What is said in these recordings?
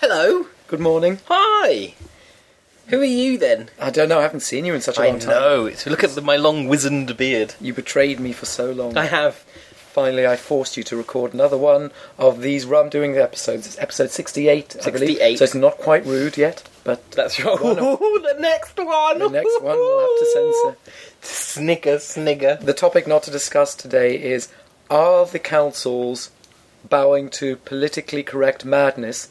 Hello. Good morning. Hi. Who are you then? I don't know. I haven't seen you in such a I long time. know. It's, look at the, my long wizened beard. You betrayed me for so long. I have. Finally, I forced you to record another one of these rum doing the episodes. It's episode 68, I believe. 68. So it's not quite rude yet, but That's right. Why not? Ooh, the next one. the next one we'll have to censor. Snicker, snigger. The topic not to discuss today is Are the councils bowing to politically correct madness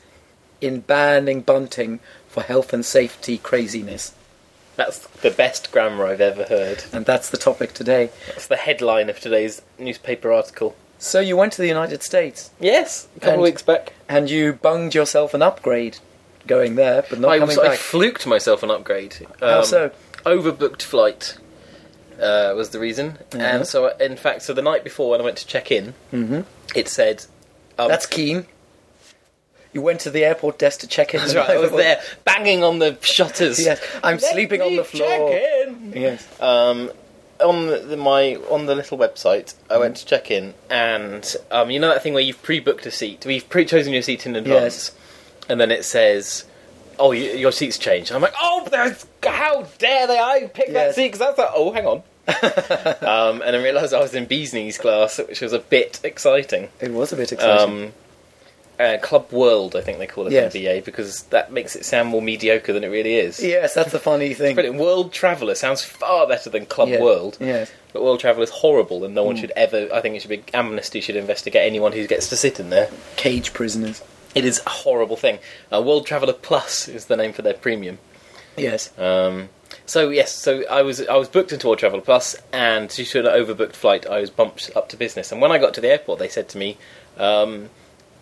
in banning bunting for health and safety craziness? That's the best grammar I've ever heard. And that's the topic today. That's the headline of today's newspaper article. So you went to the United States Yes, a couple And- weeks back. and you bunged yourself an upgrade going there, but not I, coming was, I back. fluked myself an upgrade. How Um, so? Overbooked flight uh, was the reason. Uh-huh. And so, I- in fact, so the night before when I went to check in, Mm-hmm. it said. Um, That's keen. You went to the airport desk to check in. That's right. I was there banging on the shutters. Yes, I'm Let sleeping on me the floor. Check in. Yes. Um, on the, my on the little website, I went to check in, and um, you know that thing where you've pre-booked a seat. We've pre-chosen your seat in advance, and then it says. Oh, y- your seat's changed. I'm like, oh, there's, how dare they? I picked that Yes. seat because that's like, oh, hang on. um, and I realised I was in Bees Knees class, which was a bit exciting. It was a bit exciting. Um, uh, Club World, I think they call it Yes. in BA, because that makes it sound more mediocre than it really is. yes, that's the funny thing. Brilliant. World Traveller sounds far better than Club Yeah, Mm. World. Yes. But World Traveller is horrible, and no one should ever. I think it should be amnesty should investigate anyone who gets to sit in there. Cage prisoners. It is a horrible thing. Uh, World Traveller Plus is the name for their premium. Yes. Um, so yes, so I was I was booked into World Travel Plus, and due to an overbooked flight, I was bumped up to business. And when I got to the airport, they said to me, um,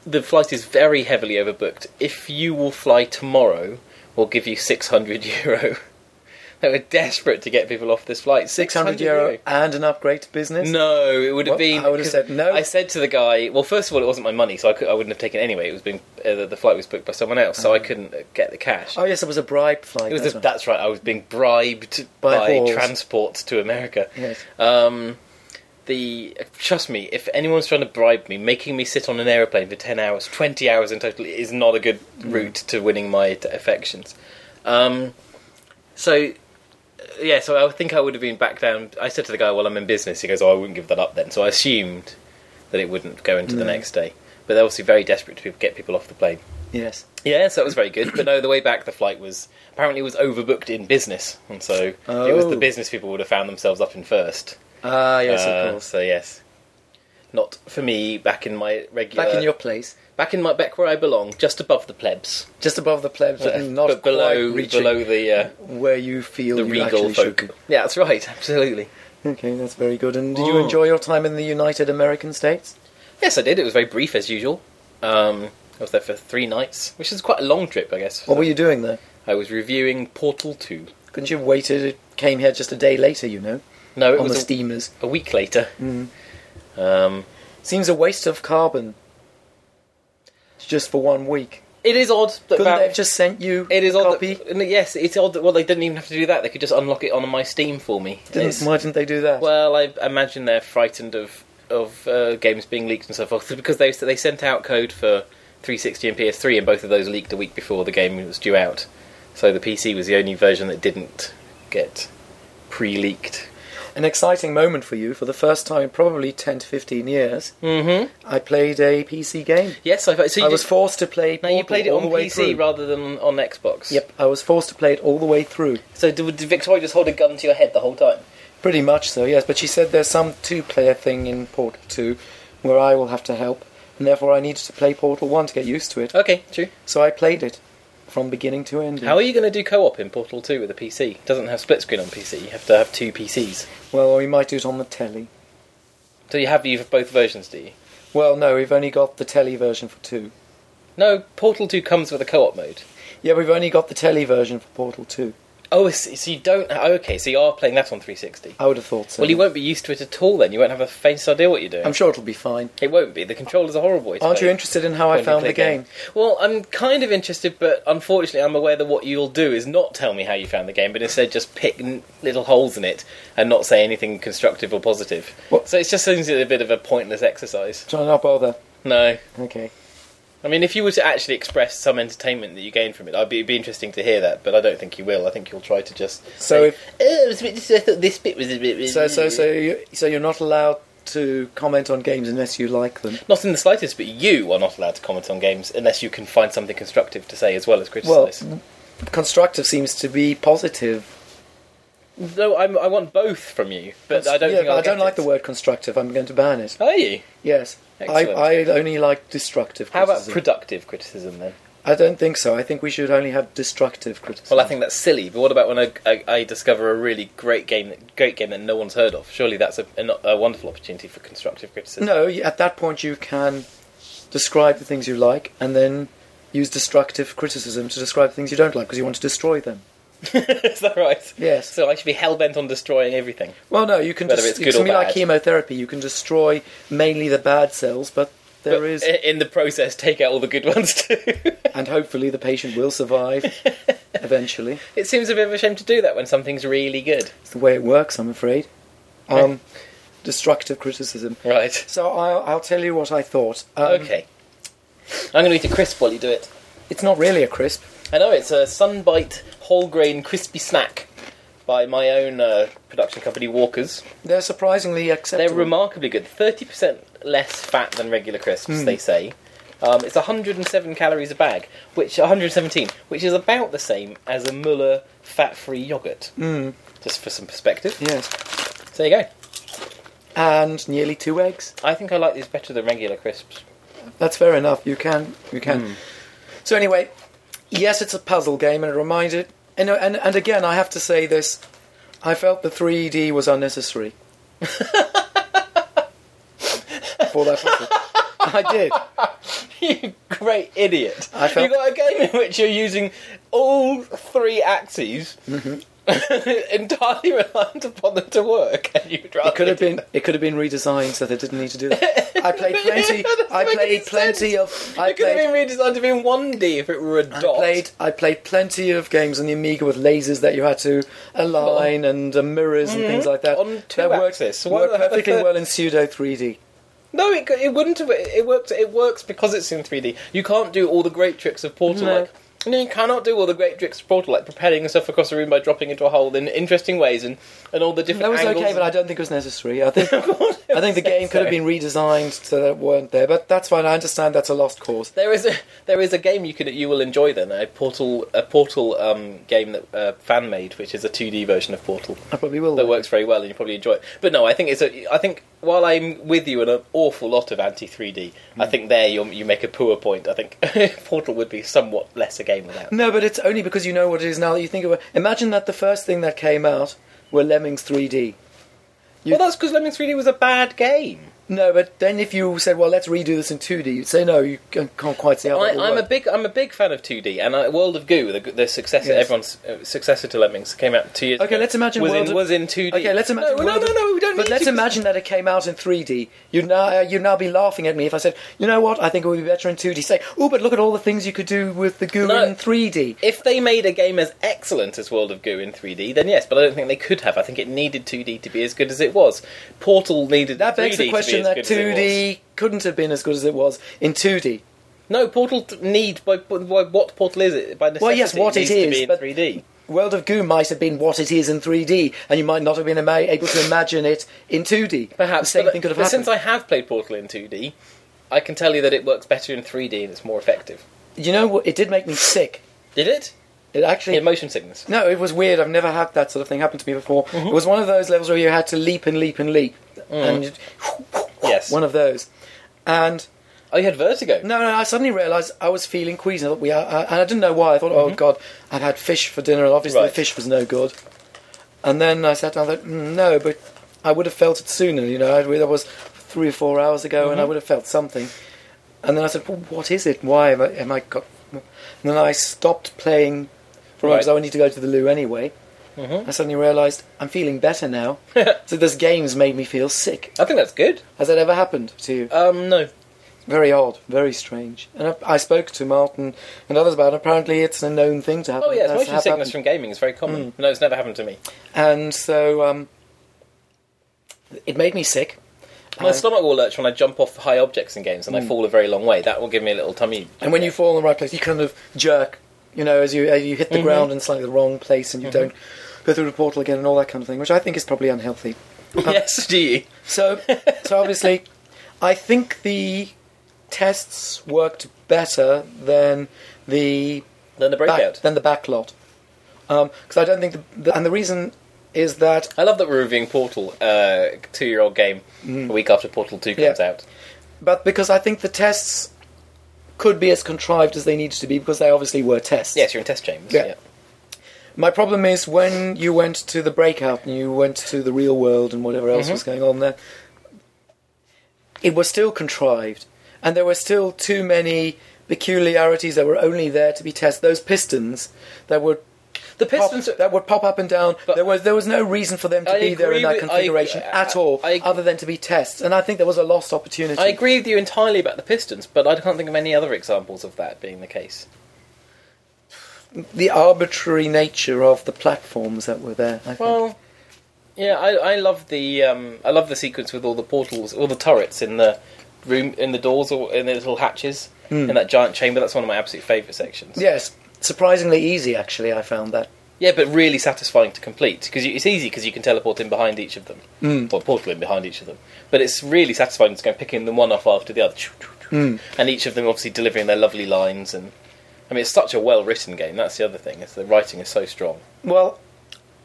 "The flight is very heavily overbooked. If you will fly tomorrow, we'll give you six hundred euro." they were desperate to get people off this flight. Six hundred euro and an upgrade to business. No, it would have Well, been. I would have said no. I said to the guy, "Well, first of all, it wasn't my money, so I, could, I wouldn't have taken it anyway. It was being uh, the, the flight was booked by someone else, Ah. so I couldn't uh, get the cash." Oh yes, it was a bribe flight. It was that's that's, right. that's right. I was being bribed By by, balls. transport to America. Yes. Um, the trust me, if anyone's trying to bribe me, making me sit on an aeroplane for ten hours, twenty hours in total, is not a good route to winning my t- affections. Um, so. Yeah, so I think I would have been back down. I said to the guy, "Well, I'm in business." He goes, "Oh, I wouldn't give that up then." So I assumed that it wouldn't go into the next day. But they're obviously very desperate to get people off the plane. Yes. Yeah, so that was very good. But no, the way back, the flight was apparently it was overbooked in business, and so it was Oh. the business people would have found themselves up in first. Ah yes, Uh, of course. So yes, not for me. Back in my regular, Back in your place, back in my back where I belong, just above the plebs, just above the plebs, but not but below quite reaching below the uh, where you feel the you regal actually should folk. Yeah, that's right, absolutely. be. Okay, that's very good. And did you Oh. enjoy your time in the United American States? Yes, I did. It was very brief as usual. Um, I was there for three nights, which is quite a long trip, I guess. What were you doing there? I was reviewing Portal Two. Couldn't you have waited? It came here just a day later, you know, No, Oh, it on the Mm. was a, steamers. a week later. Um, Seems a waste of carbon. Just for one week. It is odd that Couldn't Valve- they have just sent you it is a odd. copy? That, n- yes, it's odd that well they didn't even have to do that. They could just unlock it on my Steam for me. Didn't, It's- why didn't they do that? well, I imagine they're frightened of of uh, games being leaked and so forth because they they sent out code for 360 and PS3, and both of those leaked a week before the game was due out. So the PC was the only version that didn't get pre-leaked. An exciting moment for you. For the first time in probably 10 to 15 years, Mm-hmm. I played a PC game. Yes, I, so you I did- was forced to play now you Portal played it all on the way PC through. rather than on Xbox. Yep, I was forced to play it all the way through. So did, did Victoria just hold a gun to your head the whole time? Pretty much so, yes. But she said there's some two player thing in Portal 2 where I will have to help, and therefore I needed to play Portal 1 to get used to it. Okay, true. So I played it from beginning to end. How are you going to do co-op in Portal 2 with a PC? It doesn't have split screen on PC. You have to have two PCs. Well, we might do it on the telly. So you have you have both versions, do you? Well, no, we've only got the telly version for 2. No, Portal 2 comes with a co-op mode. Yeah, we've only got the telly version for Portal 2. Oh, I see- so you don't. oh, Okay, so you are playing that on 360. I would have thought so. Well, you won't be used to it at all then. You won't have a faintest idea what you're doing. I'm sure it'll be fine. it won't be. The controllers are horrible. to Aren't you play interested in how when I you found play the game? Well, I'm kind of interested, but unfortunately, I'm aware that what you'll do is not tell me how you found the game, but instead just pick n- little holes in it and not say anything constructive or positive. What- So it just seems a bit of a pointless exercise. Try not bother. No. Okay. I mean, if you were to actually express some entertainment that you gain from it, I'd be, it'd be interesting to hear that, but I don't think you will. I think you'll try to just. So say, if- "Oh, it was a bit, this, I thought this bit was a bit. So, so, so, you, so you're not allowed to comment on games unless you like them. Not in the slightest, but you are not allowed to comment on games unless you can find something constructive to say as well as Well, criticise. constructive seems to be positive. no, I'm, I want both from you, but I don't Yeah, think but I'll I don't get like it. the word constructive. I'm going to ban it. Are you? Yes, I, Excellent. I only like destructive. How about criticism. productive criticism then? I don't think so. I think we should only have destructive criticism. Well, I think that's silly. But what about when I, I, I discover a really great game, that- great game that no one's heard of? Surely that's a, a, a wonderful opportunity for constructive criticism. no. you- At that point, you can describe the things you like, and then use destructive criticism to describe the things you don't like because you want to destroy them. Is that right? Yes. So I should be hell bent on destroying everything. Well, no, you can. Whether just it's good or something like bad. chemotherapy. You can destroy mainly the bad cells, but there But is, i- in the process, take out all the good ones too. and hopefully the patient will survive eventually. it seems a bit of a shame to do that when something's really good. It's the way it works, I'm afraid. Um, destructive criticism. Right. So I'll, I'll tell you what I thought. Um, okay. I'm going to eat a crisp while you do it. It's not really a crisp. I know it's a sunbite whole grain crispy snack by my own uh, production company, Walkers. They're surprisingly acceptable. They're remarkably good. Thirty percent less fat than regular crisps, Hmm. they say. Um, it's 107 calories a bag, which 117, which is about the same as a Muller fat-free yogurt. Hmm. Mm. Just for some perspective. yes, So there you go. and nearly two eggs. I think I like these better than regular crisps. That's fair enough. You can, you can. Hmm. So anyway, yes, it's a puzzle game, and it reminded. And, and and again, I have to say this: I felt the 3D was unnecessary. For that puzzle, I did. you great idiot! I felt- You got a game in which you're using all three axes. Mm-hmm. entirely reliant upon them to work, and you'd rather It could have do been. It could have been redesigned, so they didn't need to do that. I played plenty. Doesn't I make any played sense. plenty of. I it could played have been redesigned to be in 1D if it were a I dot. played, I played plenty of games on the Amiga with lasers that you had to align and uh, mirrors and things like that. mm-hmm. On two that worked, axis. Why worked the heck perfectly the- well in pseudo 3D. No, it, it wouldn't have. It works. It works because it's in 3D. You can't do all the great tricks of Portal. No. Like, no, you cannot do all the great tricks of Portal, like propelling yourself across a room by dropping into a hole in interesting ways, and, and all the different. That was angles okay, but I don't think it was necessary. I think I think the game could have been redesigned so that it weren't there, but that's fine. I understand that's a lost cause. There is a there is a game you could you will enjoy then a Portal a Portal um, game that uh, fan made, which is a 2D version of Portal. I probably will. that though. works very well, and you probably enjoy it. But no, I think it's a. I think while I'm with you in an awful lot of anti 3D, I Hmm. think there you you make a poor point. I think Portal would be somewhat less a game without. No, but it's only because you know what it is now that you think of it. Imagine that the first thing that came out were Lemmings 3D. Well, that's because Lemmings 3D was a bad game. No, but then if you said, well, let's redo this in 2D, you'd say, no, you can- can't quite see how I, that will I'm a work. big I'm a big fan of 2D, and I, World of Goo, the, the successor Yes. everyone's uh, successor to Lemmings, came out two years. Okay, ago, let's imagine was World in of- was in 2D. Okay, let's imagine. No, no, World no, of- no, we don't. But need let's to- imagine that it came out in 3D. You'd now uh, you'd now be laughing at me if I said, you know what? I think it would be better in 2D. Say, oh, but look at all the things you could do with the goo No. in 3D. If they made a game as excellent as World of Goo in 3D, then yes, but I don't think they could have. I think it needed 2D to be as good as it was. Portal needed That 3D begs the to question be that as good as it was. 2D couldn't have been as good as it was in 2D. No, Portal t- need by, by what Portal is it by necessity? Well, yes, what it needs to is, be in but- 3D. World of Goo might have been what it is in 3D, and you might not have been ama- able to imagine it in 2D. Perhaps the same but, thing could have but happened. Since I have played Portal in 2D, I can tell you that it works better in 3D and it's more effective. You know what? It did make me sick. Did it? It actually In motion sickness. No, it was weird. I've never had that sort of thing happen to me before. It was one of those levels where you had to leap and leap and leap, and you'd- Yes. one of those. And Oh, you had vertigo. no, no, I suddenly realised I was feeling queasy. I thought, we are, I, and I didn't know why. I thought, oh god, I've had fish for dinner, and obviously Mm-hmm. Right. the fish was no good. And then I sat down. I thought, mm, no, but I would have felt it sooner. You know, I, that was three or four hours ago, and I Mm-hmm. would have felt something. And then I said, well, what is it? Why am I? Am I got? And then I stopped playing for Right. a moment 'cause Mm-hmm. I would need to go to the loo anyway. I suddenly realised I'm feeling better now. so this game's made me feel sick. I think that's good. Has that ever happened to you? Um, no. Very odd, very strange. And I, I spoke to Martin and others about it. Apparently, it's a known thing to happen. Oh, yes, It has motion sickness hap- happened. Mm. from gaming is very common. No, it's never happened to me. And so um, it made me sick. My stomach will lurch when I jump off high objects in games and I fall a very long way. That will give me a little tummy. Mm. And when you fall in the right place, you kind of jerk, you know, as you as you Mm-hmm. hit the ground in slightly the wrong place, and you don't go through the portal again, and all that kind of thing, which I think is probably unhealthy. Um, yes, do you? So, so obviously, I think the tests worked better than the Then the back- breakout. than the backlot, because I don't think the, the and the reason is that I love that we're reviewing Portal, uh, two-year-old game, a week after Portal Two comes Mm. Yeah. out. but because I think the tests could be as contrived as they needed to be because they obviously were tests. Yes, you're in test chambers. Yeah. Yeah. My problem is when you went to the breakout and you went to the real world and whatever Mm-hmm. else was going on there, it was still contrived. And there were still too many peculiarities that were only there to be tested. Those pistons that would The pop, Pistons. that would pop up and down. But- there was there was no reason for them to I be there agree in that with- I- configuration I- at all, I- other than to be tests. And I think there was a lost opportunity. I agree with you entirely about the Pistons, but I can't think of any other examples of that being the case. The arbitrary nature of the platforms that were there. I think. Well, yeah, I, I love the um, I love the sequence with all the portals, all the turrets in the room, in the doors, or in the little hatches, in that giant chamber. That's one of my absolute favourite sections. yes, surprisingly easy. Actually, I found that. Yeah, but really satisfying to complete because it's easy because you can teleport in behind each of them, Mm. or portal in behind each of them. But it's really satisfying to go picking them one off after the other, Mm. and each of them obviously delivering their lovely lines. And I mean, it's such a well-written game. That's the other thing is the writing is so strong. Well,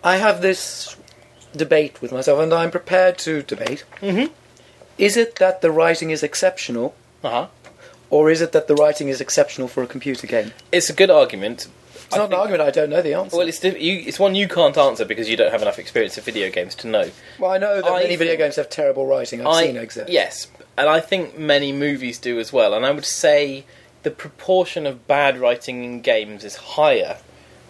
I have this debate with myself, and I'm prepared to debate. Mm-hmm. Is it that the writing is exceptional, Uh huh. or is it that the writing is exceptional for a computer game? It's a good argument. It's not an argument. I don't know the answer. Well, Well, it's diff- you, it's one you can't answer because you don't have enough experience of video games to know. I know that I many video think- games have terrible writing. I've I- seen excerpts. Yes, and I think many movies do as well. And I would say the proportion of bad writing in games is higher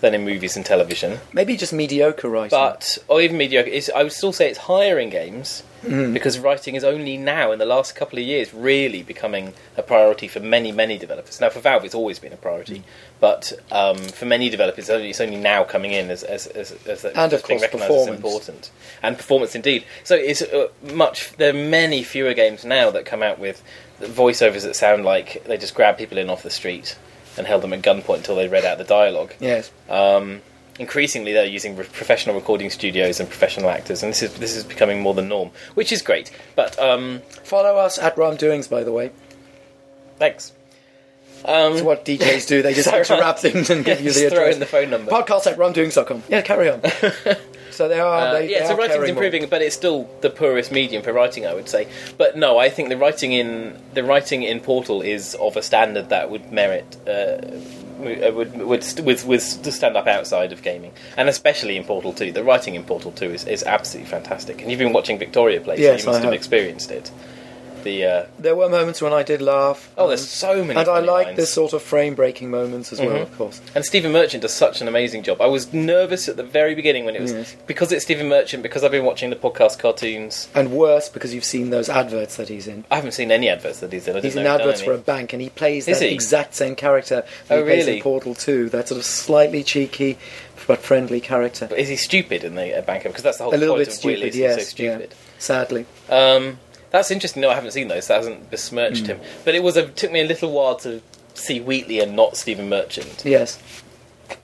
than in movies and television, Maybe just mediocre writing. but or even mediocre. It's, I would still say it's higher in games Mm. because writing is only now in the last couple of years really becoming a priority for many many developers. Now for Valve, it's always been a Mm. priorty, but um, for many developers, it's only, it's only now coming in as as as, as, And, of as being course, recognised performance. as important and performance indeed. So it's uh, much. There are many fewer games now that come out with voiceovers that sound like they just grabbed people in off the street and held them at gunpoint until they read out the dialogue. yes, Um, increasingly, they're using re- professional recording studios and professional actors, and this is this is becoming more the norm, which is great. But um, follow us at Ram Doings, by the way. thanks. That's what DJs do. They just Um, Sorry, interrupt things and give you Just the throw address. in the phone number. Podcast at ramdoings.com. Yeah, carry on. so they are. Uh, they, yeah, they so are writing's caring more. improving, but it's still the poorest medium for writing, I would say. But no, I think the writing in the writing in Portal is of a standard that would merit uh, mo- uh, would would st- with with to stand up outside of gaming, and especially in Portal Two. The writing in Portal Two is, is absolutely fantastic, and you've been watching Victoria play, so Yes, you must I have have. experienced it. The uh, There were moments when I did laugh. um, oh, there's so many, and I funny like lines. Mm-hmm. this sort of frame breaking moments as well, of course. And Stephen Merchant does such an amazing job. I was nervous at the very beginning when it was Yes. because it's Stephen Merchant because I've been watching the podcast cartoons. And worse because you've seen those adverts that he's in. I haven't seen any adverts that he's in. I didn't He's know in he'd done adverts any. for a bank, and he plays Is that he? exact same character that Oh, he plays really? in Portal 2. That sort of slightly cheeky but friendly character. But is he stupid in the uh, bank? Because that's the whole a little point bit of stupid, Wheelies. yes. He's so stupid. yeah, sadly. Um, that's interesting. No, I haven't seen those. That hasn't besmirched Hmm. him. But it was a, took me a little while to see Wheatley and not Stephen Merchant. Yes.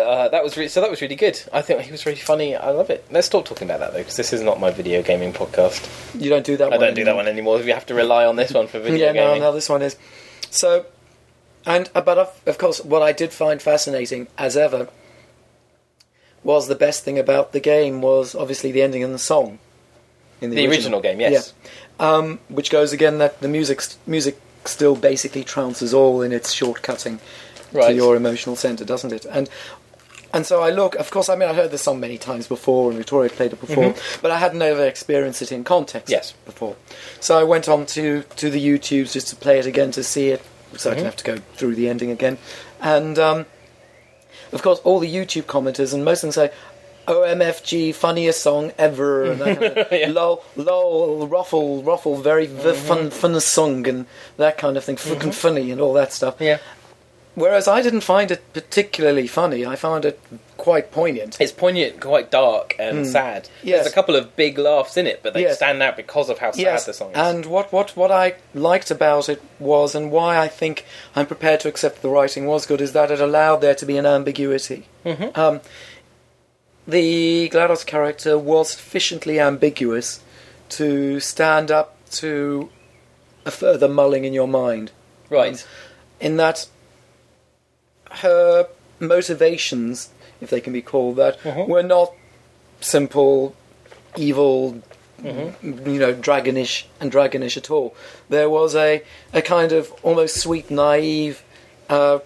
Uh, that was re- so. That was really good. I think he was really funny. I love it. Let's stop talking about that though, because this is not my video gaming podcast. You don't do that I one. don't do that anymore. one anymore. We have to rely on this one for video yeah, gaming. no, no, this one is. So, and uh, but of, of course, what I did find fascinating, as ever, was the best thing about the game was obviously the ending and the song. In The original game, yes. Yeah. Um, which goes again that the music music still basically trounces all in its shortcutting to Right. your emotional centre, doesn't it? And and so I look. Of course, I mean I heard this song many times before, and Victoria played it before, but I had never experienced it in context Mm-hmm. Yes. before. So I went on to to the YouTubes just to play it again to see it, so I Mm-hmm. didn't have to go through the ending again. And um, of course, all the YouTube commenters and most of them say. OMFG, funniest song ever. And that kind of, Yeah. Mm-hmm. Lol, lol, ruffle, ruffle, very v- fun, fun song, and that kind of thing. Fucking funny and all that stuff. Yeah. Whereas I didn't find it particularly funny. I found it quite poignant. It's poignant, quite dark and sad. Hmm. Yes. There's a couple of big laughs in it, but they Yes. stand out because of how sad the song is. and what, what, what I liked about it was, and why I think I'm prepared to accept the writing was good, is that it allowed there to be an ambiguity. Mm-hmm. Um, the GLaDOS character was sufficiently ambiguous to stand up to a further mulling in your mind. um, right. in that her motivations, if they can be called that, Mhm. were not simple, evil, you know, dragonish and dragonish at all. There was a, a kind of almost sweet, naive uh,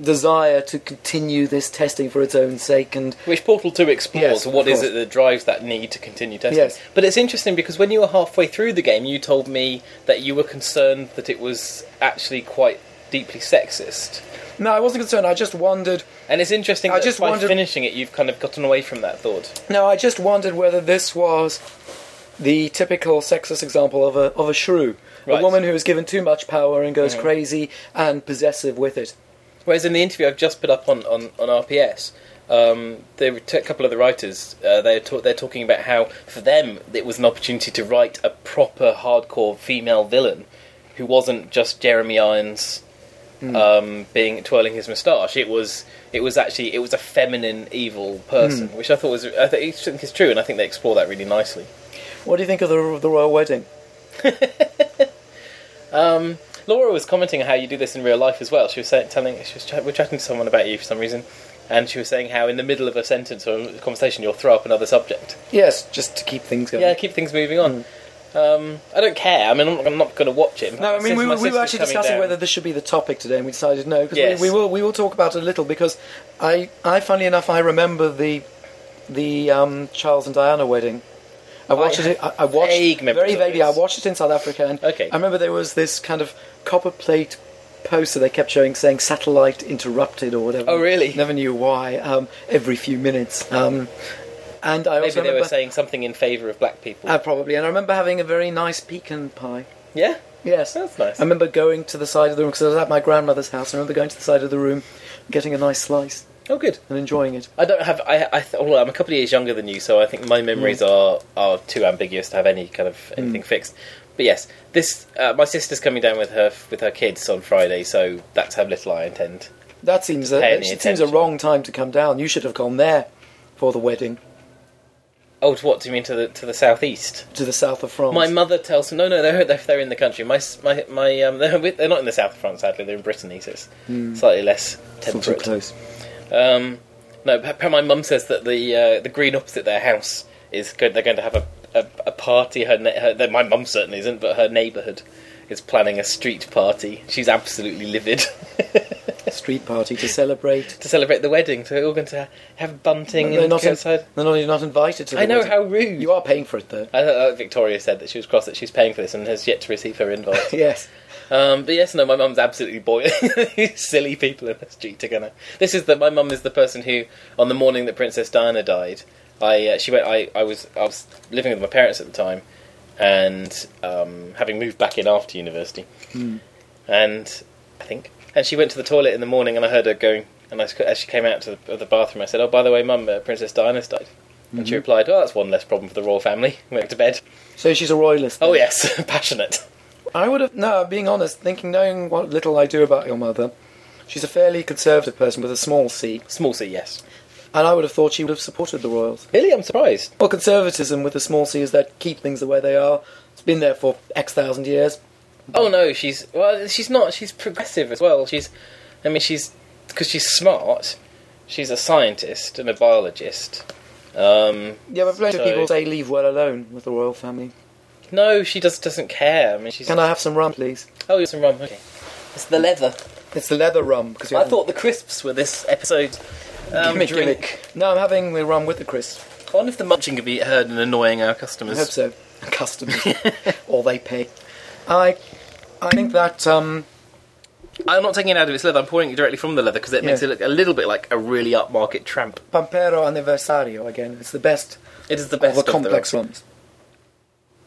desire to continue this testing for its own sake and Which Portal 2 explores Yes, of what is course. it that drives that need to continue testing. Yes. But it's interesting because when you were halfway through the game, you told me that you were concerned that it was actually quite deeply sexist. no i wasn't concerned i just wondered And it's interesting I that just by wondered- finishing it, you've kind of gotten away from that thought. No, I just wondered whether this was the typical sexist example of a of a shrew, Right. a woman who is given too much power and goes crazy and possessive with it. Whereas in the interview I've just put up on, on, on RPS, um, there were t- a couple of the writers, uh, they're, ta- they're talking about how, for them, it was an opportunity to write a proper hardcore female villain who wasn't just Jeremy Irons um, being twirling his moustache. It was it was actually it was a feminine evil person, which I thought was I think, I think is true, and I think they explore that really nicely. What do you think of the the royal wedding? Laura was commenting on how you do this in real life as well. She was saying, telling, she was chat, we're chatting to someone about you for some reason, and she was saying how in the middle of a sentence or a conversation you'll throw up another subject. Yes, just to keep things going. Yeah, keep things moving on. Um, I don't care. I mean, I'm not, I'm not going to watch it. In No, I fact, mean since we, my were- we were sister's actually coming discussing down- whether this should be the topic today, and we decided no because Yes. we, we will we will talk about it a little because I I funnily enough I remember the the um, Charles and Diana wedding. I watched I it. I, I watched vague memories very of vaguely. this. I watched it in South Africa, and Okay. I remember there was this kind of copper plate poster they kept showing saying "satellite interrupted" or whatever. Oh, really? Never knew why. Um, every few minutes. Um, and I maybe also they were remember, saying something in favour of black people. uh, probably, and I remember having a very nice pecan pie. yeah, Yes, That's nice. I remember going to the side of the room because I was at my grandmother's house. I remember going to the side of the room, getting a nice slice oh good. and enjoying it. I don't have. I. I th- well, I'm a couple of years younger than you, so I think my memories are are too ambiguous to have any kind of anything fixed. But yes, this uh, my sister's coming down with her with her kids on Friday, so that's how little I intend. That seems a, Pay it any seems a attention. wrong time to come down. You should have gone there for the wedding Oh, to what do you mean to the to the southeast? to the south of France. My mother tells no, no, they're they're, they're in the country. My s- my my um, they're, with- they're not in the south of France. Sadly, they're in Brittany, so it's slightly less It's not too temperate. close. Um, no, p- p- my mum says that the uh, the green opposite their house is good. They're going to have a a, a party. Her, ne- her that- my mum certainly isn't, but her neighbourhood is planning a street party. She's absolutely livid Street party to celebrate. to celebrate the wedding. So we're all going to have bunting they're and not go in, outside. they're not even not invited to. The I know wedding. how rude. you are paying for it though. I thought that Victoria said that she was cross that she's paying for this and has yet to receive her invite. yes, um, but yes, no, my mum's absolutely boiling. These Silly people in the street are gonna. This is that my mum is the person who, on the morning that Princess Diana died, I uh, she went. I, I was I was living with my parents at the time, and um, having moved back in after university, and I think and she went to the toilet in the morning, and I heard her going. And I, sc- as she came out to the, of the bathroom, I said, "Oh, by the way, mum, uh, Princess Diana's died." And she replied, "Oh, that's one less problem for the royal family." Went to bed. so she's a royalist. Oh then. yes, passionate. I would have no. Being honest, thinking knowing what little I do about your mother, she's a fairly conservative person with a small C, Small C, yes. and I would have thought she would have supported the royals. Really, I'm surprised. Well, conservatism with a small c is that keep things the way they are. It's been there for X thousand years. Oh no, she's well, she's not. She's progressive as well. She's, I mean, she's because she's smart. She's a scientist and a biologist. Um, Yeah, but plenty So- of people say leave well alone with the royal family. no, she just doesn't care. I mean, she's Can I have some rum, please? oh, you some rum. Okay, it's the leather. It's the leather rum because I thought the crisps were this episode. Um, drink. No, I'm having the rum with the crisp. I wonder if the munching could be heard and annoying our I customers. hope so. Customers, or they pay. I, I think that um, I'm not taking it out of its leather. I'm pouring it directly from the leather because it makes Yeah. it look a little bit like a really upmarket tramp. Pampero Anniversario again. It's the best, It is the best of the of complex the rums.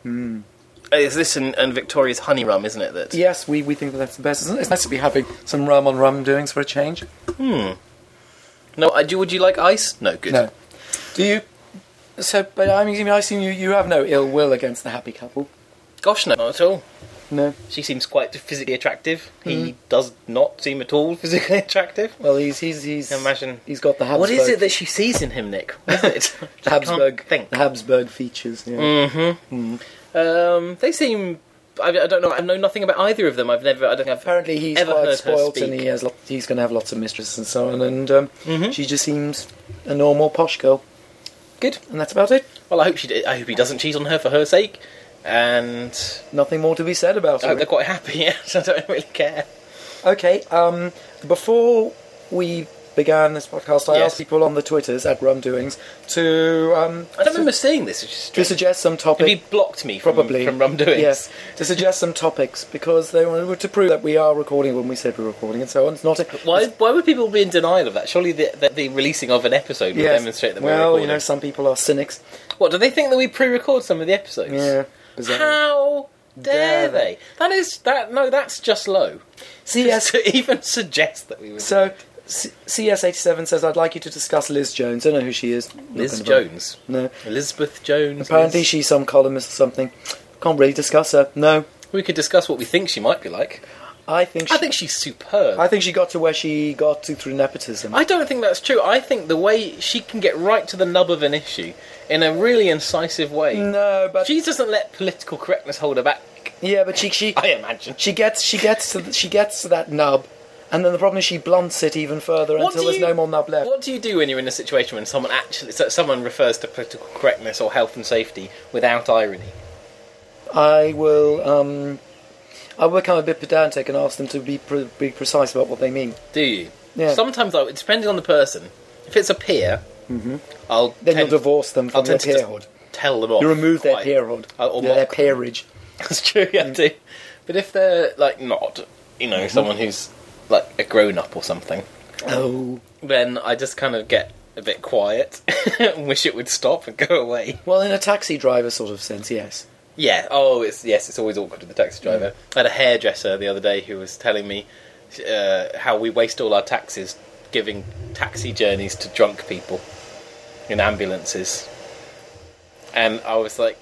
It's this and, and Victoria's honey rum, isn't it? That Yes, we, we think that that's the best. Isn't it? It's nice to be having some rum on rum doings for a change. No, I do. Would you like ice? No, good. No. Do you? So, but I mean, I assume you, you have no ill will against the happy couple. Gosh, no, not at all. No. She seems quite physically attractive. Mm-hmm. He does not seem at all physically attractive. Well, he's he's he's. Imagine- he's got the Habsburg. What is it that she sees in him, Nick? What is it? the Habsburg? I can't The think. Mm. Habsburg features. Yeah. Mm-hmm. Mm-hmm. Um, they seem. I, I don't know. I know nothing about either of them. I've never. I don't think I've Apparently, he's ever quite heard spoilt, her speak. Mm-hmm. and he has lot, he's going to have lots of mistresses and so on. And um, she just seems a normal posh girl, Good. and that's about it. Well, I hope she. d- I hope he doesn't cheat on her for her sake. And Nothing more to be said about I hope they're it. quite happy. Yeah, so I don't really care. Okay. Um, before we began this podcast, I Yes. asked people on the Twitters at Rumdoings to um, I don't remember seeing this. It's to just strange. suggest some topic. Have you blocked me from, probably from rum doings? Yes, to suggest some topics because they wanted to prove that we are recording when we said we're recording and so on. It's not a, Why, why would people be in denial of that? Surely the, the, the releasing of an episode would Yes. demonstrate that we're well, you recording. know, some people are cynics. What, do they think that we pre-record some of the episodes? Yeah, bizarre. How Dare dare they. they? That is that no, that's just low. See, Just yes, to even suggest that we would. So, C- CS87 says, I'd like you to discuss Liz Jones. I don't know who she is. Liz Not gonna Jones, bother. No. Elizabeth Jones. Apparently, Liz- she's some columnist or something. Can't really discuss her. No. we could discuss what we think she might be like. I think she, I think she's superb. I think she got to where she got to through nepotism. I don't think that's true. I think the way she can get right to the nub of an issue in a really incisive way. no, but She doesn't let political correctness hold her back. yeah, but she she I imagine. she gets she gets to th- she gets to that nub, and then the problem is she blunts it even further What until do there's you- no more nub left. What do you do when you're in a situation when someone actually so someone refers to political correctness or health and safety without irony? I will um, I will become a bit pedantic and ask them to be pre- be precise about what they mean. Do you? Yeah. Sometimes, I, depending on the person, if it's a peer, I'll Mm-hmm. Then tend, you'll divorce them I'll from their tend to peerhood. just tell them off. You remove their Mm. quite- peerhood, Uh, or their, their mock. peerage. That's true. Yeah, I do. But if they're like not, you Mm-hmm. know, someone who's like a grown up or something, Oh, then I just kind of get a bit quiet and wish it would stop and go away. well, in a taxi driver sort of sense, yes. Yeah. Oh, it's yes. It's always awkward with the taxi driver. I had a hairdresser the other day who was telling me uh, how we waste all our taxes giving taxi journeys to drunk people in ambulances, and I was like,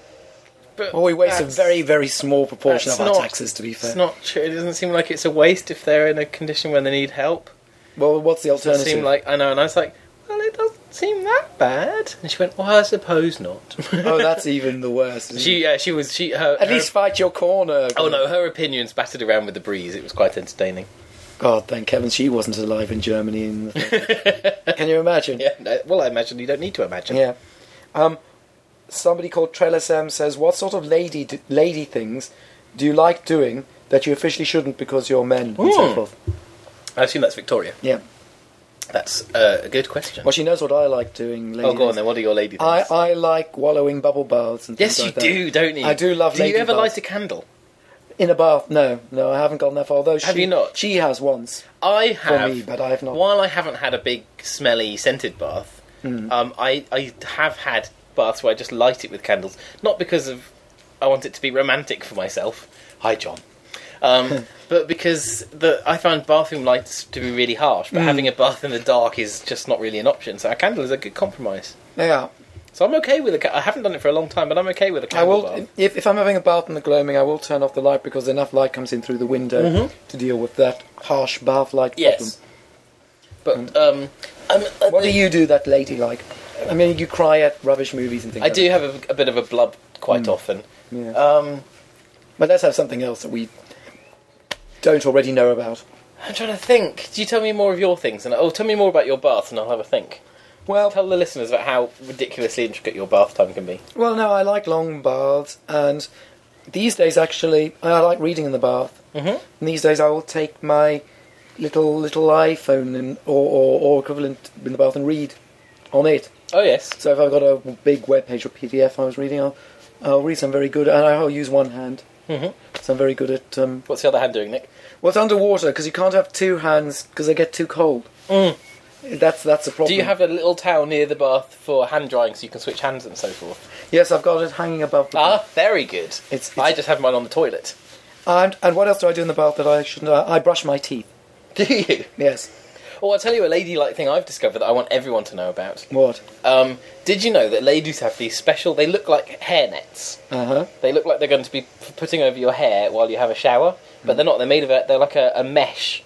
but Well, we waste that's- a very, very small proportion that's of our not- taxes, to be fair. It's not true. It doesn't seem like it's a waste if they're in a condition where they need help. well, what's the It alternative? seemed like I know, and I was like, well, it doesn't seem that bad. And she went, well, I suppose not. oh, that's even the worst. isn't it? she, yeah, she was she her At her- least fight your corner. Oh no, her opinions battered around with the breeze. It was quite entertaining. God, thank Kevin, she wasn't alive in Germany. In the Can you imagine? Yeah. no- well, I imagine you don't need to imagine. Yeah. Um, somebody called Trella Sam says, "What sort of lady d- lady things do you like doing that you officially shouldn't because you're men and so Hmm. forth?" I assume that's Victoria. Yeah. That's uh, a good question. Well, she knows what I like doing. Lady oh, go on things. then. What are your lady things? I, I like wallowing bubble baths and things yes, you like that. do, don't you? I do love Do you lady ever baths. light a candle? in a bath. No, no, I haven't gone that far. Although Have she, you not? She has once. I have, me, but I have not. While I haven't had a big smelly scented bath, Hmm. um, I I have had baths where I just light it with candles, not because of I want it to be romantic for myself. Hi, John. Um, but because the I found bathroom lights to be really harsh, Hmm. but having a bath in the dark is just not really an option. So a candle is a good compromise. Yeah, So I'm okay with a. ca- I haven't done it for a long time, but I'm okay with a I candle will. bath. If, if I'm having a bath in the gloaming, I will turn off the light because enough light comes in through the window to deal with that harsh bath light Mm-hmm. Yes, but um, um, uh, problem. Hmm. What do you do that lady like? I mean, you cry at rubbish movies and things. I like do that. have a, a bit of a blub quite Hmm. often. Yeah. Um, But let's have something else that we don't already know about. I'm trying to think. Do you tell me more of your things? And oh, tell me more about your bath, and I'll have a think. Well, Tell the listeners about how ridiculously intricate your bath time can be. Well, no, I like long baths, and these days actually, I like reading in the bath. Mm-hmm. And these days, I will take my little little iPhone and, or, or or equivalent in the bath and read on it. Oh yes, So if I've got a big web page or PDF I was reading, I'll I'll read. So I'm very good, and I'll use one hand. Mhm. So I'm very good at um, what's the other hand doing, Nick? well, it's underwater because you can't have two hands because they get too cold. That's that's a problem. Mm. Do you have a little towel near the bath for hand drying, so you can switch hands and so forth? Yes, I've got it hanging above the. Ah, very good. It's- I it's- just have mine on the toilet. uh, And and what else do I do in the bath that I shouldn't? I, I brush my teeth. Do you? Yes. Oh, I'll tell you a ladylike thing I've discovered that I want everyone to know about. What? Um, did you know that ladies have these special? They look like hair nets. Uh huh. They look like they're going to be p- putting over your hair while you have a shower, but they're not. They're made of a, they're like a, a mesh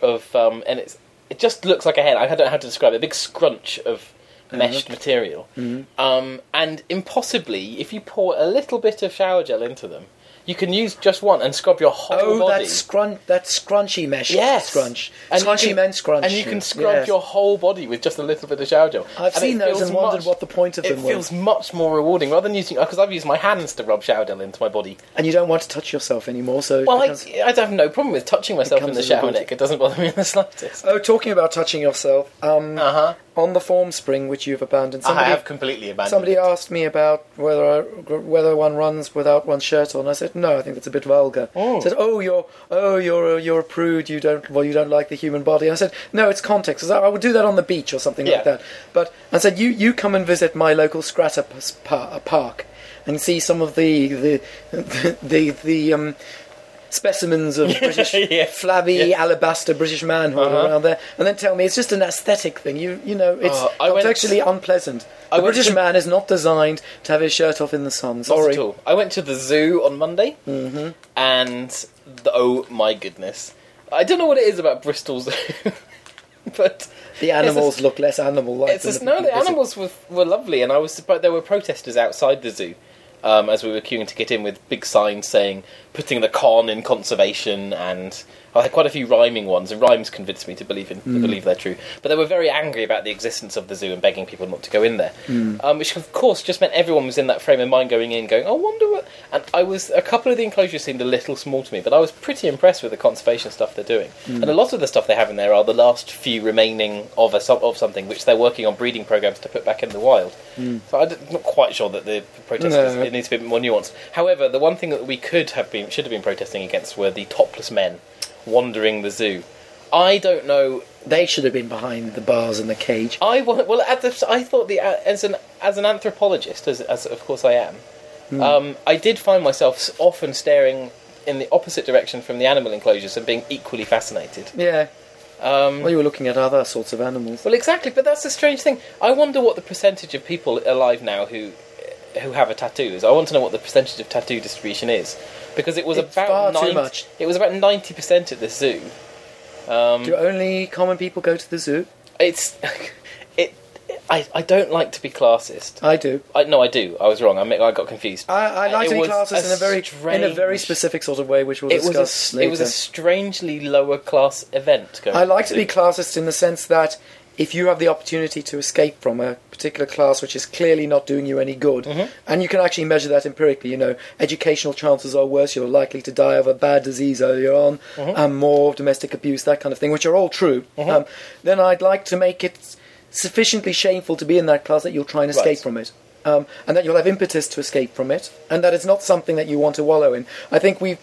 of, um, and it's it just looks like a hair. I don't know how to describe it. A big scrunch of meshed material, Mm-hmm. um, and impossibly, if you pour a little bit of shower gel into them, you can use just one and scrub your whole Oh, body. that scrunch, that scrunchy mesh. Yes. Scrunch. And you scrunchy can- men scrunch. And you can scrub Yes. your whole body with just a little bit of shower gel. And I've it seen those feels and wondered much- what the point of It them feels was. much more rewarding rather than using because I've used my hands to rub shower gel into my body. And you don't want to touch yourself anymore, so. it Well, becomes- I, I'd have no problem with touching myself in comes the as a shower, body. Nick. It doesn't bother me in the slightest. Oh, talking about touching yourself, um, Uh huh. on the form spring which you've abandoned, I somebody, have completely abandoned. somebody it. asked me about whether I, whether one runs without one's shirt on. I said no, I think that's a bit vulgar. Oh. Said oh you're oh you're a, you're a prude. You don't well you don't like the human body. I said no, it's context. I, said, I would do that on the beach or something Yeah. like that. But I said you you come and visit my local strata p- s- pa- uh, park and see some of the the the the, the um, specimens of British Yeah. flabby alabaster British man who are Uh-huh. around there, and then tell me it's just an aesthetic thing. You you know it's Oh, I went- contextually unpleasant. I The went British to- man is not designed to have his shirt off in the sun. Not Sorry. at all. I went to the zoo on Monday, Mm-hmm. and the, oh my goodness, I don't know what it is about Bristol Zoo, but The animals It's look less animal-like. It's than just, the no, people the visit. animals were, were lovely, and I was surprised there were protesters outside the zoo um, as we were queuing to get in with big signs saying putting the con in conservation, and I had quite a few rhyming ones, and rhymes convinced me to believe in to believe they're true. But they were very angry about the existence of the zoo and begging people not to go in there, um, which of course just meant everyone was in that frame of mind going in, going, "I wonder what." And I was a couple of the enclosures seemed a little small to me, but I was pretty impressed with the conservation stuff they're doing, and a lot of the stuff they have in there are the last few remaining of a some- of something which they're working on breeding programs to put back in the wild. So I'm not quite sure that the protesters No. it needs to be a bit more nuanced. However, the one thing that we could have been should have been protesting against were the topless men wandering the zoo. I don't know They should have been behind the bars in the cage. I want well at the I thought the uh, as an as an anthropologist as as of course I am, Hmm. um, I did find myself s- often staring in the opposite direction from the animal enclosures and being equally fascinated. Yeah. Um, Well, you were looking at other sorts of animals. well, exactly, but that's the strange thing. I wonder what the percentage of people alive now who who have a tattoo is. I want to know what the percentage of tattoo distribution is because it was It's about far too 90, much. It was about ninety percent at the zoo. um, Do only common people go to the zoo? It's it. I, I don't like to be classist. I do. I, no, I do. I was wrong. I, mean, I got confused. I, I like It to be was classes a in a very in a very strange- specific sort of way, which we'll it was discuss a, s- later. it was a strangely lower class event. Going I like to be do. classist in the sense that if you have the opportunity to escape from a particular class which is clearly not doing you any good, and you can actually measure that empirically, you know, educational chances are worse, you're likely to die of a bad disease earlier on, and more domestic abuse, that kind of thing, which are all true, um, then I'd like to make it sufficiently shameful to be in that class that you'll try and escape Right. from it. Um, and that you'll have impetus to escape from it, and that it's not something that you want to wallow in. I think we've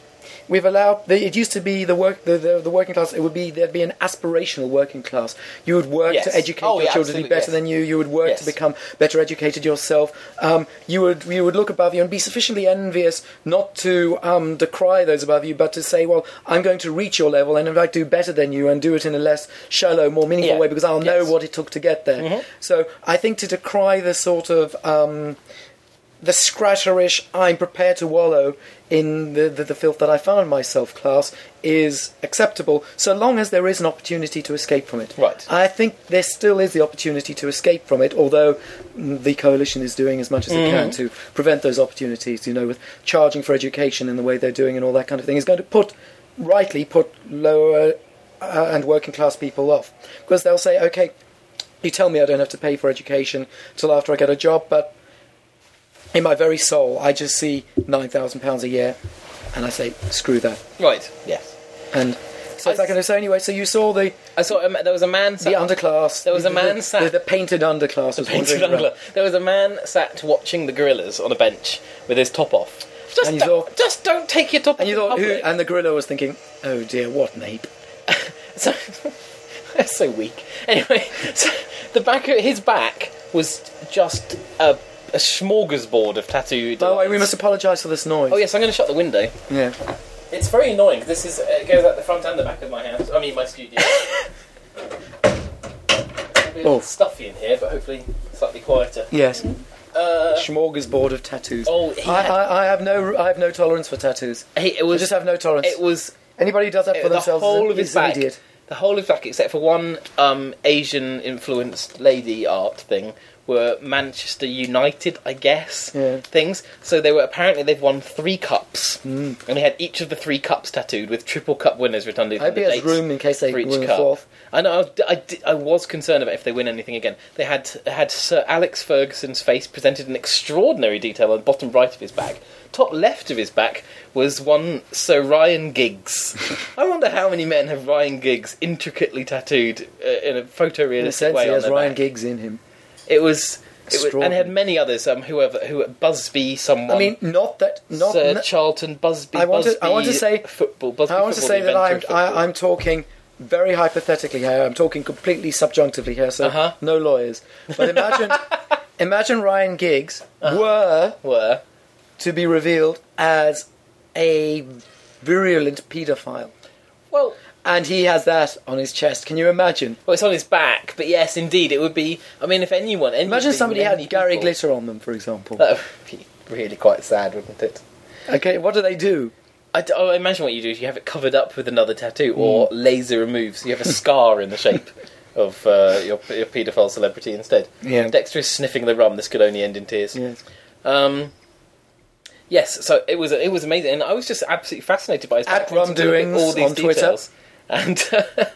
We've allowed. The, it used to be the work, the, the, the working class. It would be there'd be an aspirational working class. You would work Yes. to educate Oh, your yeah, children to be absolutely, yes. better than you. You would work Yes. to become better educated yourself. Um, you would you would look above you and be sufficiently envious not to um, decry those above you, but to say, well, I'm going to reach your level, and if I do better than you, and do it in a less shallow, more meaningful Yeah. way, because I'll know Yes. Mm-hmm. what it took to get there. So I think to decry the sort of um, the scratcherish I'm prepared to wallow in the, the, the filth that I found myself class is acceptable so long as there is an opportunity to escape from it. Right. I think there still is the opportunity to escape from it, although mm, the coalition is doing as much as it can to prevent those opportunities, you know, with charging for education in the way they're doing and all that kind of thing is going to put, rightly, put lower uh, and working class people off. Because they'll say, okay, you tell me I don't have to pay for education till after I get a job, but in my very soul, I just see nine thousand pounds a year, and I say, screw that. Right. Yes. And so it's I- like so anyway. So you saw the I saw um, there was a man. the Sat, underclass. There was the, a man the, sat- The, the painted underclass was painted wandering around. under- there was a man sat watching the gorillas on a bench with his top off. Just, And you don't, thought- just don't take your top And you off. thought, in who? public. And the gorilla was thinking, oh dear, what an ape. So that's so weak. Anyway, so the back of his back was just a, a smorgasbord of tattooed. By the way, Oh, we must apologise for this noise. Oh yes, I'm going to shut the window. Yeah. It's very annoying. This is it goes out the front and the back of my house. I mean, my studio. Be a Oh. little stuffy in here, but hopefully slightly quieter. Yes. Uh, Smorgasbord of tattoos. oh, he, I, had- I, I have no I have no tolerance for tattoos. he- it I was just have no tolerance. it was Anybody who does that it- for the themselves is, whole an- of his is an back. idiot. the whole of back except for one um, Asian influenced lady art thing were Manchester United, I guess. Yeah. Things. So they were apparently they've won three cups, Mm. and they had each of the three cups tattooed with triple cup winners written on the I hope the he has dates room in case they for each win cup. fourth. I know. I was, I, di- I was concerned about if they win anything again. They had had Sir Alex Ferguson's face presented in extraordinary detail on the bottom right of his back. Top left of his back was one Sir Ryan Giggs. I wonder how many men have Ryan Giggs intricately tattooed uh, in a photorealistic In a sense, way he on has their Ryan back. Giggs in him. It was. It was, and he had Extraordinary. many others. Um, whoever, who Busby, someone. I mean, not that. Not. Sir n- Charlton Busby. I want to- Busby I want to say- football. Busby I want to football say that inventor I'm of football. I, I'm talking very hypothetically here. I'm talking completely subjunctively here, so Uh-huh. no lawyers. But imagine, imagine Ryan Giggs Uh-huh. were were. to be revealed as a virulent paedophile, Well, and he has that on his chest. Can you imagine? Well, it's on his back, but yes, indeed, it would be. I mean, if anyone, anything, Imagine somebody had many Gary people- Uh, Glitter on them, for example. That would be really quite sad, wouldn't it? Okay, what do they do? I, d- oh, I imagine what you do is you have it covered up with another tattoo Hmm. or laser removed, so you have a scar in the shape of uh, your, your paedophile celebrity instead. Yeah. Dexter is sniffing the rum. This could only end in tears. Yes. Um, yes, so it was it was amazing, and I was just absolutely fascinated by his At background to look at Rumdoings on Twitter. and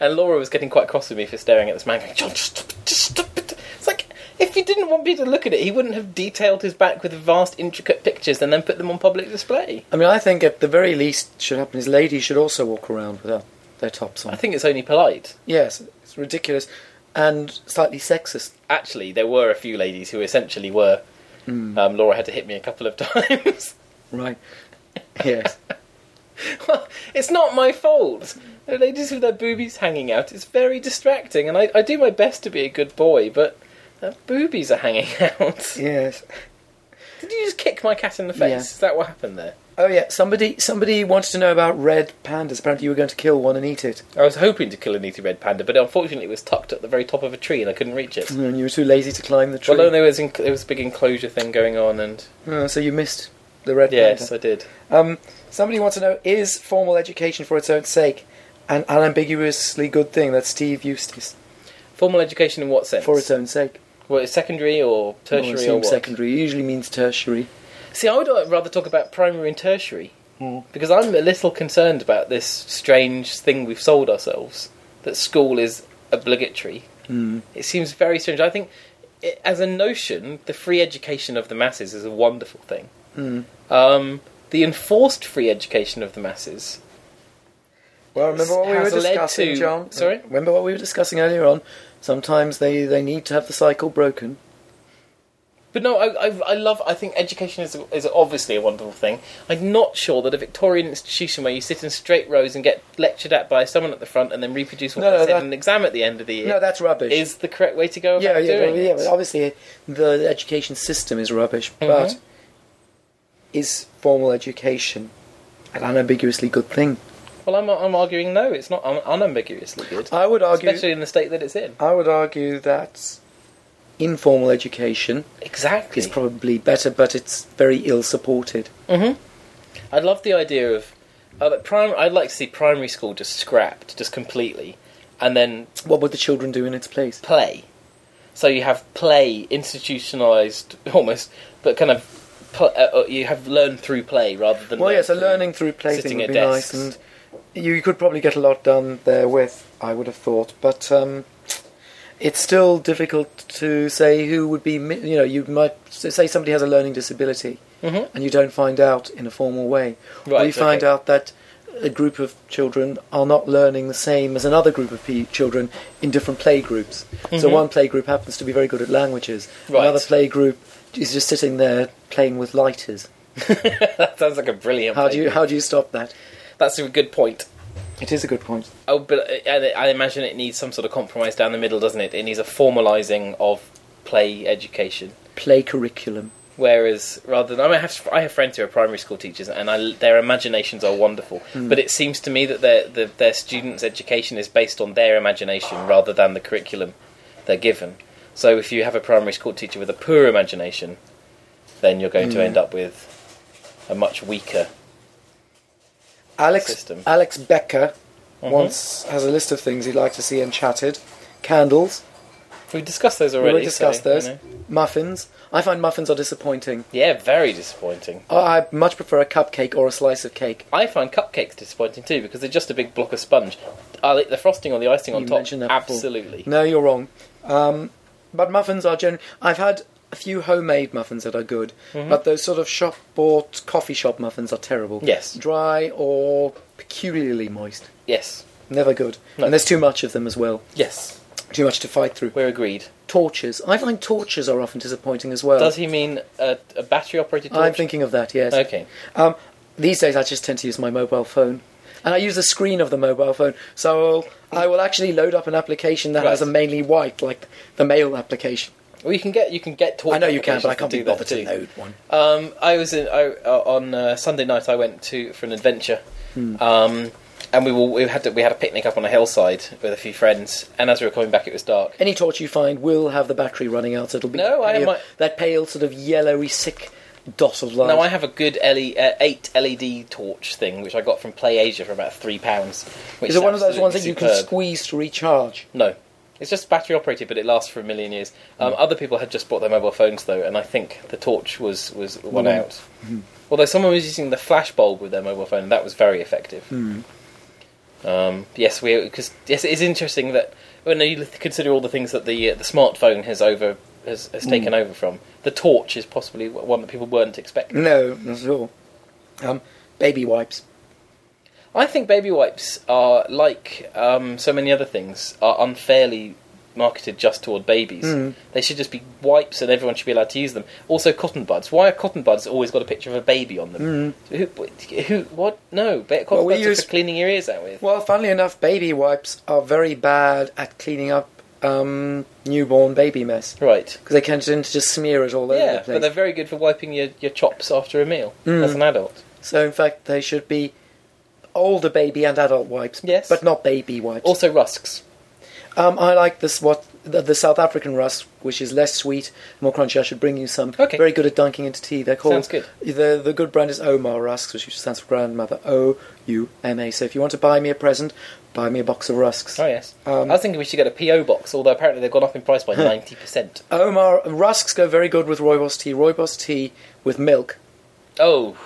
and Laura was getting quite cross with me for staring at this man. Going, John, just stop it, just stop it. It's like if he didn't want people to look at it, he wouldn't have detailed his back with vast, intricate pictures and then put them on public display. I mean, I think at the very least, should happen is ladies should also walk around with their, their tops I on. think it's only polite. Yes, it's ridiculous and slightly sexist. Actually, there were a few ladies who essentially were. Hmm. Um, Laura had to hit me a couple of times. Right. Yes. Well, it's not my fault. The ladies with their boobies hanging out It's very distracting, and I, I do my best to be a good boy, but their boobies are hanging out. yes. Did you just kick my cat in the face? Yeah. Is that what happened there? Oh yeah. Somebody somebody wanted to know about red pandas. Apparently, you were going to kill one and eat it, I was hoping to kill an eaty red panda, but unfortunately it was tucked at the very top of a tree and I couldn't reach it. and you were too lazy to climb the tree. Although there was, in, there was a big enclosure thing going on, and Oh, so you missed the red yes, panda. I did. Um, somebody wants to know: Is formal education for its own sake an unambiguously good thing? That's Steve Eustace. Formal education in what sense? For its own sake. Well, secondary or Well, I tertiary assume or what? secondary. It usually means tertiary. See, I would uh, rather talk about primary and tertiary Mm. because I'm a little concerned about this strange thing we've sold ourselves that school is obligatory. Mm. It seems very strange. I think, i as a notion, the free education of the masses is a wonderful thing. Mm. Um, the enforced free education of the masses. Well, remember what we were Has led discussing, to- John? Sorry? Remember what we were discussing earlier on? Sometimes they, they need to have the cycle broken. But no, I, I, I love. I think education is is obviously a wonderful thing. I'm not sure that a Victorian institution where you sit in straight rows and get lectured at by someone at the front and then reproduce what No, they no, said that- in an exam at the end of the year No, that's rubbish. is the correct way to go about yeah, yeah, doing yeah, it. But obviously, the education system is rubbish. But Mhm. is formal education an unambiguously good thing? Well, I'm, I'm arguing no. It's not un- unambiguously good, I would argue. especially in the state that it's in. I would argue that informal education Exactly. is probably better, but it's very ill supported. hmm I love the idea of. Uh, like prim- I'd like to see primary school just scrapped, just completely, and then What would the children do in its place? play. So you have play institutionalized almost, but kind of pl- uh, uh, you have learn through play rather than. Well, learn yes, a through- learning through play uh, sitting thing would at be desks. nice, and you could probably get a lot done therewith. I would have thought, but um, it's still difficult to say who would be. mi- You know, you might so say somebody has a learning disability, Mhm. and you don't find out in a formal way. or Right, you find okay. out that a group of children are not learning the same as another group of pe- children in different play groups. So Mhm. one play group happens to be very good at languages. Right. Another play group is just sitting there playing with lighters. that sounds like a brilliant. How do you playground. how do you stop that? That's a good point. It is a good point. Oh, but uh, I I imagine it needs some sort of compromise down the middle, doesn't it? It needs a formalizing of play education. Play curriculum. Whereas, rather than I, mean, I have I have friends who are primary school teachers, and I, their imaginations are wonderful. Hmm. But it seems to me that their the, their students' education is based on their imagination rather than the curriculum. they're given. So if you have a primary school teacher with a poor imagination, then you're going Hmm. to end up with a much weaker. Alex System. Alex Becker Mhm. once has a list of things he'd like to see in chatted. Candles, We discussed those we already. already discussed so, you those. know. Muffins. I find muffins are disappointing. Yeah, very disappointing. I I much prefer a cupcake or a slice of cake. I find cupcakes disappointing too because they're just a big block of sponge. I like the frosting or the icing on You top. mentioned that before. Absolutely. No, you're wrong. Um, but muffins are generally. I've had a few homemade muffins that are good, Mm-hmm. but those sort of shop bought coffee shop muffins are terrible. Yes. Dry or peculiarly moist. Yes. Never good. No. And there's too much of them as well. Yes. Too much to fight through. We're agreed. Torches. I find torches are often disappointing as well. Does he mean a, a battery operated torch? I'm thinking of that, yes. Okay. Um, these days, I just tend to use my mobile phone, and I use the screen of the mobile phone. So I will actually load up an application that Right. has a mainly white, like the mail application. Well, you can get you can get torch. I know you can, but I can't applications be that bothered do to that too. load one. Um, I was in, I, uh, on uh, Sunday night. I went to for an adventure, Hmm. um, and we were, we had to, we had a picnic up on a hillside with a few friends. And as we were coming back, it was dark. Any torch you find will have the battery running out. So it'll be No, I pale- might- that pale sort of yellowy sick dot of light. Now I have a good LE, uh, eight LED torch thing, which I got from PlayAsia for about three pounds. which Is it one of those ones that you absolutely can superb. squeeze to recharge? No. It's just battery operated, but it lasts for a million years. Mm. Um, Other people had just bought their mobile phones, though, and I think the torch was, was one Mm. out. Although someone was using the flash bulb with their mobile phone, and that was very effective. Mm. Um, yes, we because yes, it is interesting that when you consider all the things that the uh, the smartphone has over has, Mm. has taken over from, the torch is possibly one that people weren't expecting. No, not at all. Um, baby wipes. I think baby wipes are like um, so many other things are unfairly marketed just toward babies. Mm. They should just be wipes, and everyone should be allowed to use them. Also, cotton buds. Why are cotton buds always got a picture of a baby on them? Who, who? What? No, ba- cotton Hmm. Well, we buds are use- for cleaning your ears out with. Well, funnily enough, baby wipes are very bad at cleaning up um, newborn baby mess. Right. because they can tend to just smear it all over the Hmm. Yeah, place. but they're very good for wiping your, your chops after a meal as an adult. So in fact, they should be older baby and adult wipes. Yes. but not baby wipes. Also, rusks. um, I like this what the, the South African rusk, which is less sweet, more crunchy. I should bring you some. Okay. Very good at dunking into tea. They're called. Sounds good. The the good brand is Omar Rusks, which stands for grandmother. O U M A. So if you want to buy me a present, buy me a box of rusks. Oh yes. Um, I was thinking we should get a PO box, although apparently they've gone up in price by ninety percent. Omar rusks go very good with rooibos tea. Rooibos tea with milk Oh,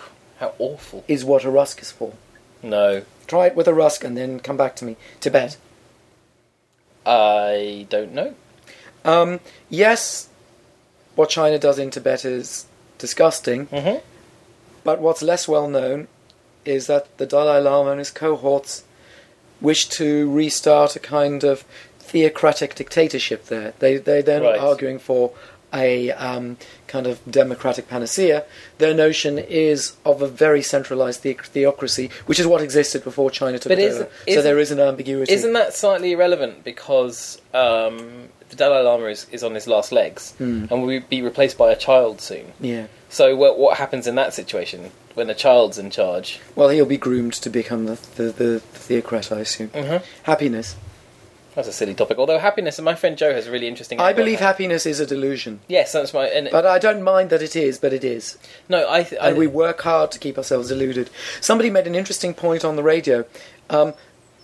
how awful! is what a rusk is for. No, Try it with a rusk and then come back to me. Tibet. I don't know. Um, yes, what China does in Tibet is disgusting, Mm-hmm. but what's less well known is that the Dalai Lama and his cohorts wish to restart a kind of theocratic dictatorship there. They, they, they're Right. not arguing for a um, kind of democratic panacea. Their notion is of a very centralized the- theocracy, which is what existed before China took But it is- over. so isn't- there is an ambiguity. Isn't that slightly irrelevant because um, the Dalai Lama is, is on his last legs Hmm. and will be replaced by a child soon? yeah. So, what, what happens in that situation when a child's in charge? Well, he'll be groomed to become the, the, the theocrat, I assume. Mhm. Happiness. That's a silly topic. Although happiness, and my friend Joe has a really interesting. angle I on believe that. happiness is a delusion. Yes, that's my. And, But I don't mind that it is, but it is. no, I. th- I And we work hard to keep ourselves deluded. Somebody made an interesting point on the radio um,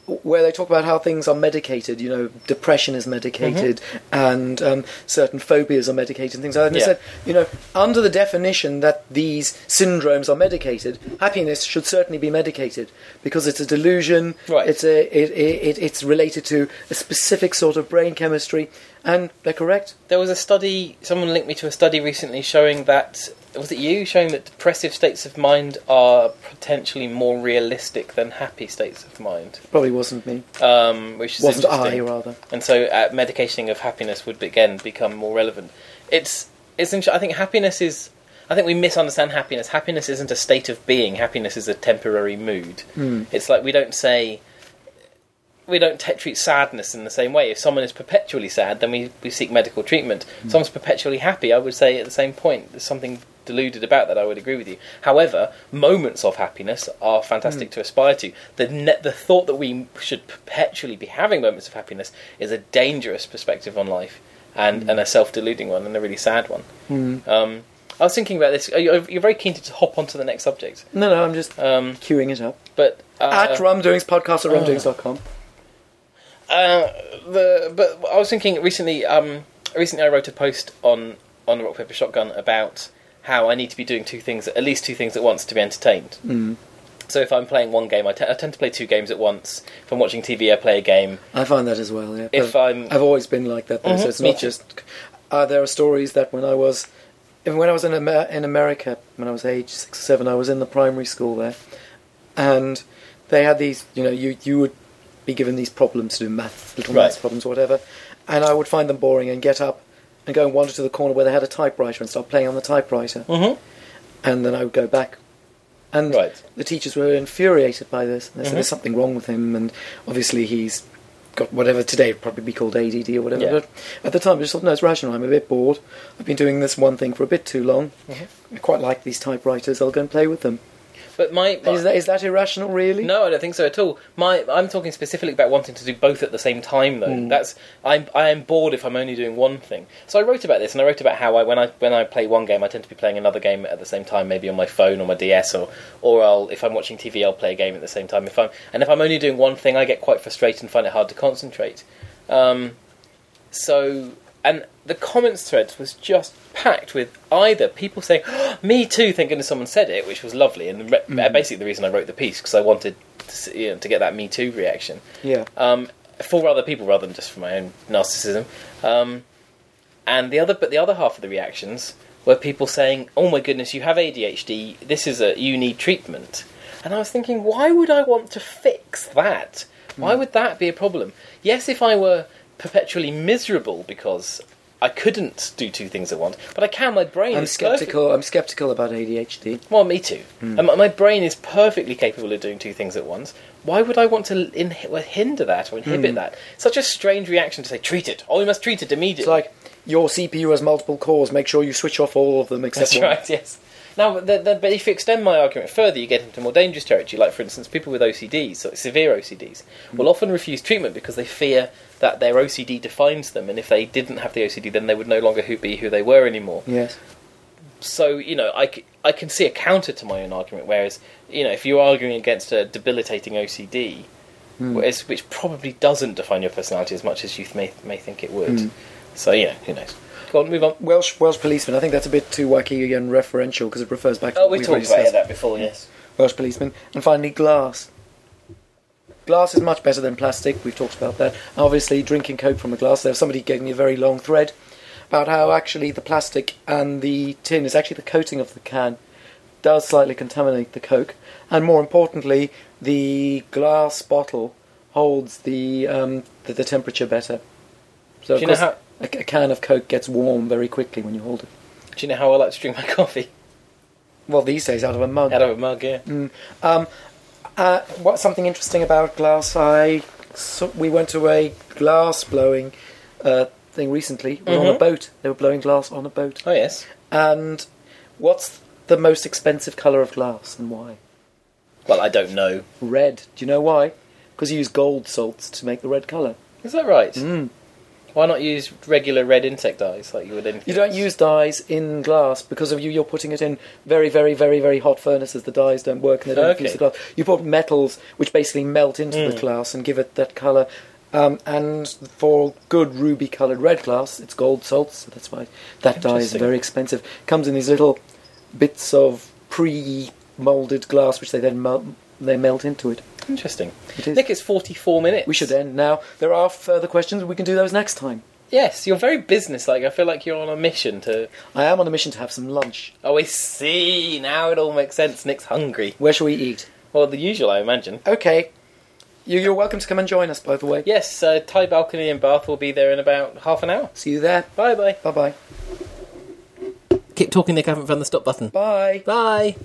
where they talk about how things are medicated. You know, depression is medicated and um, certain phobias are medicated and things like that. And Mm-hmm. Yeah. they said, you know, under the definition that these syndromes are medicated, happiness should certainly be medicated because it's a delusion. Right. It's, a, it, it, it, it's related to a specific sort of brain chemistry. And they're correct. there was a study. Someone linked me to a study recently showing that. Was it you showing that depressive states of mind are potentially more realistic than happy states of mind? Probably wasn't me. Um, which is Wasn't I, interesting. rather. and so uh, medication of happiness would again become more relevant. It's it's inter- I think happiness is I think we misunderstand happiness. Happiness isn't a state of being. Happiness is a temporary mood. It's like we don't say we don't t- treat sadness in the same way. If someone is perpetually sad, then we, we seek medical treatment. If someone's perpetually happy, I would say at the same point, there's something deluded about that. I would agree with you. However, moments of happiness are fantastic to aspire to. The ne- the thought that we should perpetually be having moments of happiness is a dangerous perspective on life, and and a self deluding one, and a really sad one. Um, I was thinking about this. Are you- You're very keen to just hop onto the next subject, No, no, I'm just uh, um, queuing it up. but At uh, rumdoings podcast at rumdoings.com. uh, the but I was thinking recently. Um, recently, I wrote a post on on the rock paper shotgun about how I need to be doing two things, at least two things at once, to be entertained. Mm. So if I'm playing one game, I, te- I tend to play two games at once. If I'm watching TV, I play a game. I find that as well. Yeah. If But I'm- I've always been like that. Though, Mhm, so it's me not too. just. Uh, there are stories that when I was, even when I was in, Amer- in America, when I was age six or seven, I was in the primary school there, and they had these. You know, you you would be given these problems to do math, little Right. maths problems, or whatever, and I would find them boring and get up and go and wander to the corner where they had a typewriter and start playing on the typewriter, Mm-hmm. and then I would go back. And Right. the teachers were infuriated by this. And they said Mhm. there's something wrong with him, and obviously he's got whatever today would probably be called ADD or whatever. Yeah. But at the time, I just thought, no, it's rational. I'm a bit bored. I've been doing this one thing for a bit too long. Mm-hmm. I quite like these typewriters. I'll go and play with them. But my, my- Is that, is that irrational, really? no, I don't think so at all. My I'm talking specifically about wanting to do both at the same time, though. That's I'm I am bored if I'm only doing one thing. So I wrote about this, and I wrote about how I when I when I play one game, I tend to be playing another game at the same time, maybe on my phone or my DS, or or I'll if I'm watching TV, I'll play a game at the same time. If I'm and if I'm only doing one thing, I get quite frustrated and find it hard to concentrate. Um, so and the comments thread was just packed with either people saying me too thank goodness someone said it which was lovely and re- basically the reason i wrote the piece because i wanted to, s- you know, to get that me too reaction Yeah. um, for other people rather than just for my own narcissism um, and the other but the other half of the reactions were people saying oh my goodness you have adhd this is a you need treatment and i was thinking why would i want to fix that Hmm. why would that be a problem yes if i were perpetually miserable because i couldn't do two things at once but i can my brain I'm is perfect- skeptical. I'm skeptical about ADHD. well, me too. Hmm. And my- my brain is perfectly capable of doing two things at once. Why would I want to in- hinder that or Hmm. inhibit that? Such a strange reaction to say, treat it. Oh, we must treat it immediately. It's like your CPU has multiple cores. Make sure you switch off all of them except That's one. right, yes. Now, the, the, but if you extend my argument further, you get into more dangerous territory. Like, for instance, people with OCDs, so severe OCDs, Hmm. will often refuse treatment because they fear that their OCD defines them, and if they didn't have the OCD, then they would no longer who, be who they were anymore. Yes. so you know I, c- I can see a counter to my own argument whereas you know if you're arguing against a debilitating ocd Hmm. whereas, which probably doesn't define your personality as much as you th- may, may think it would Hmm. so yeah who knows go on move on Welsh Welsh policeman. I think that's a bit too wacky and referential because it refers back. to oh what we we've talked already about discussed. that before yes Welsh policeman, and finally glass. Glass is much better than plastic. We've talked about that. Obviously, drinking coke from a glass. There, was somebody gave me a very long thread about how actually the plastic and the tin is actually the coating of the can does slightly contaminate the coke, and more importantly, the glass bottle holds the um, the, the temperature better. So, Do of you know course, how- a, a can of coke gets warm very quickly when you hold it. do you know how i like to drink my coffee Well, these days, out of a mug. out of a mug yeah Um, uh, what something interesting about glass? I so, we went to a glass blowing uh, thing recently. We were on Mhm. a boat. They were blowing glass on a boat. oh yes And what's the most expensive color of glass and why? well i don't know Red. Do you know why? Because you use gold salts to make the red color. is that right Mm. why not use regular red insect dyes like you would in You don't use dyes in glass because of you. You're putting it in very, very, very, very hot furnaces. The dyes don't work and they don't Okay. Hmm. fuse the glass. You put metals which basically melt into the glass and give it that color. Um, and for good ruby colored red glass, it's gold salts. So that's why that dye is Interesting. very expensive. Comes in these little bits of pre-molded glass which they then melt. They melt into it. interesting It is. nick it's 44 minutes We should end now. There are further questions. We can do those next time. yes you're very businesslike i feel like you're on a mission to I am on a mission to have some lunch. Oh, I see. Now it all makes sense. Nick's hungry. Where shall we eat? Well, the usual, I imagine. Okay. You, you're welcome to come and join us, by the way. Yes, uh, Thai Balcony in Bath will be there in about half an hour. See you there. Bye bye. Bye-bye. Keep talking, Nick. I haven't found the stop button. Bye. Bye.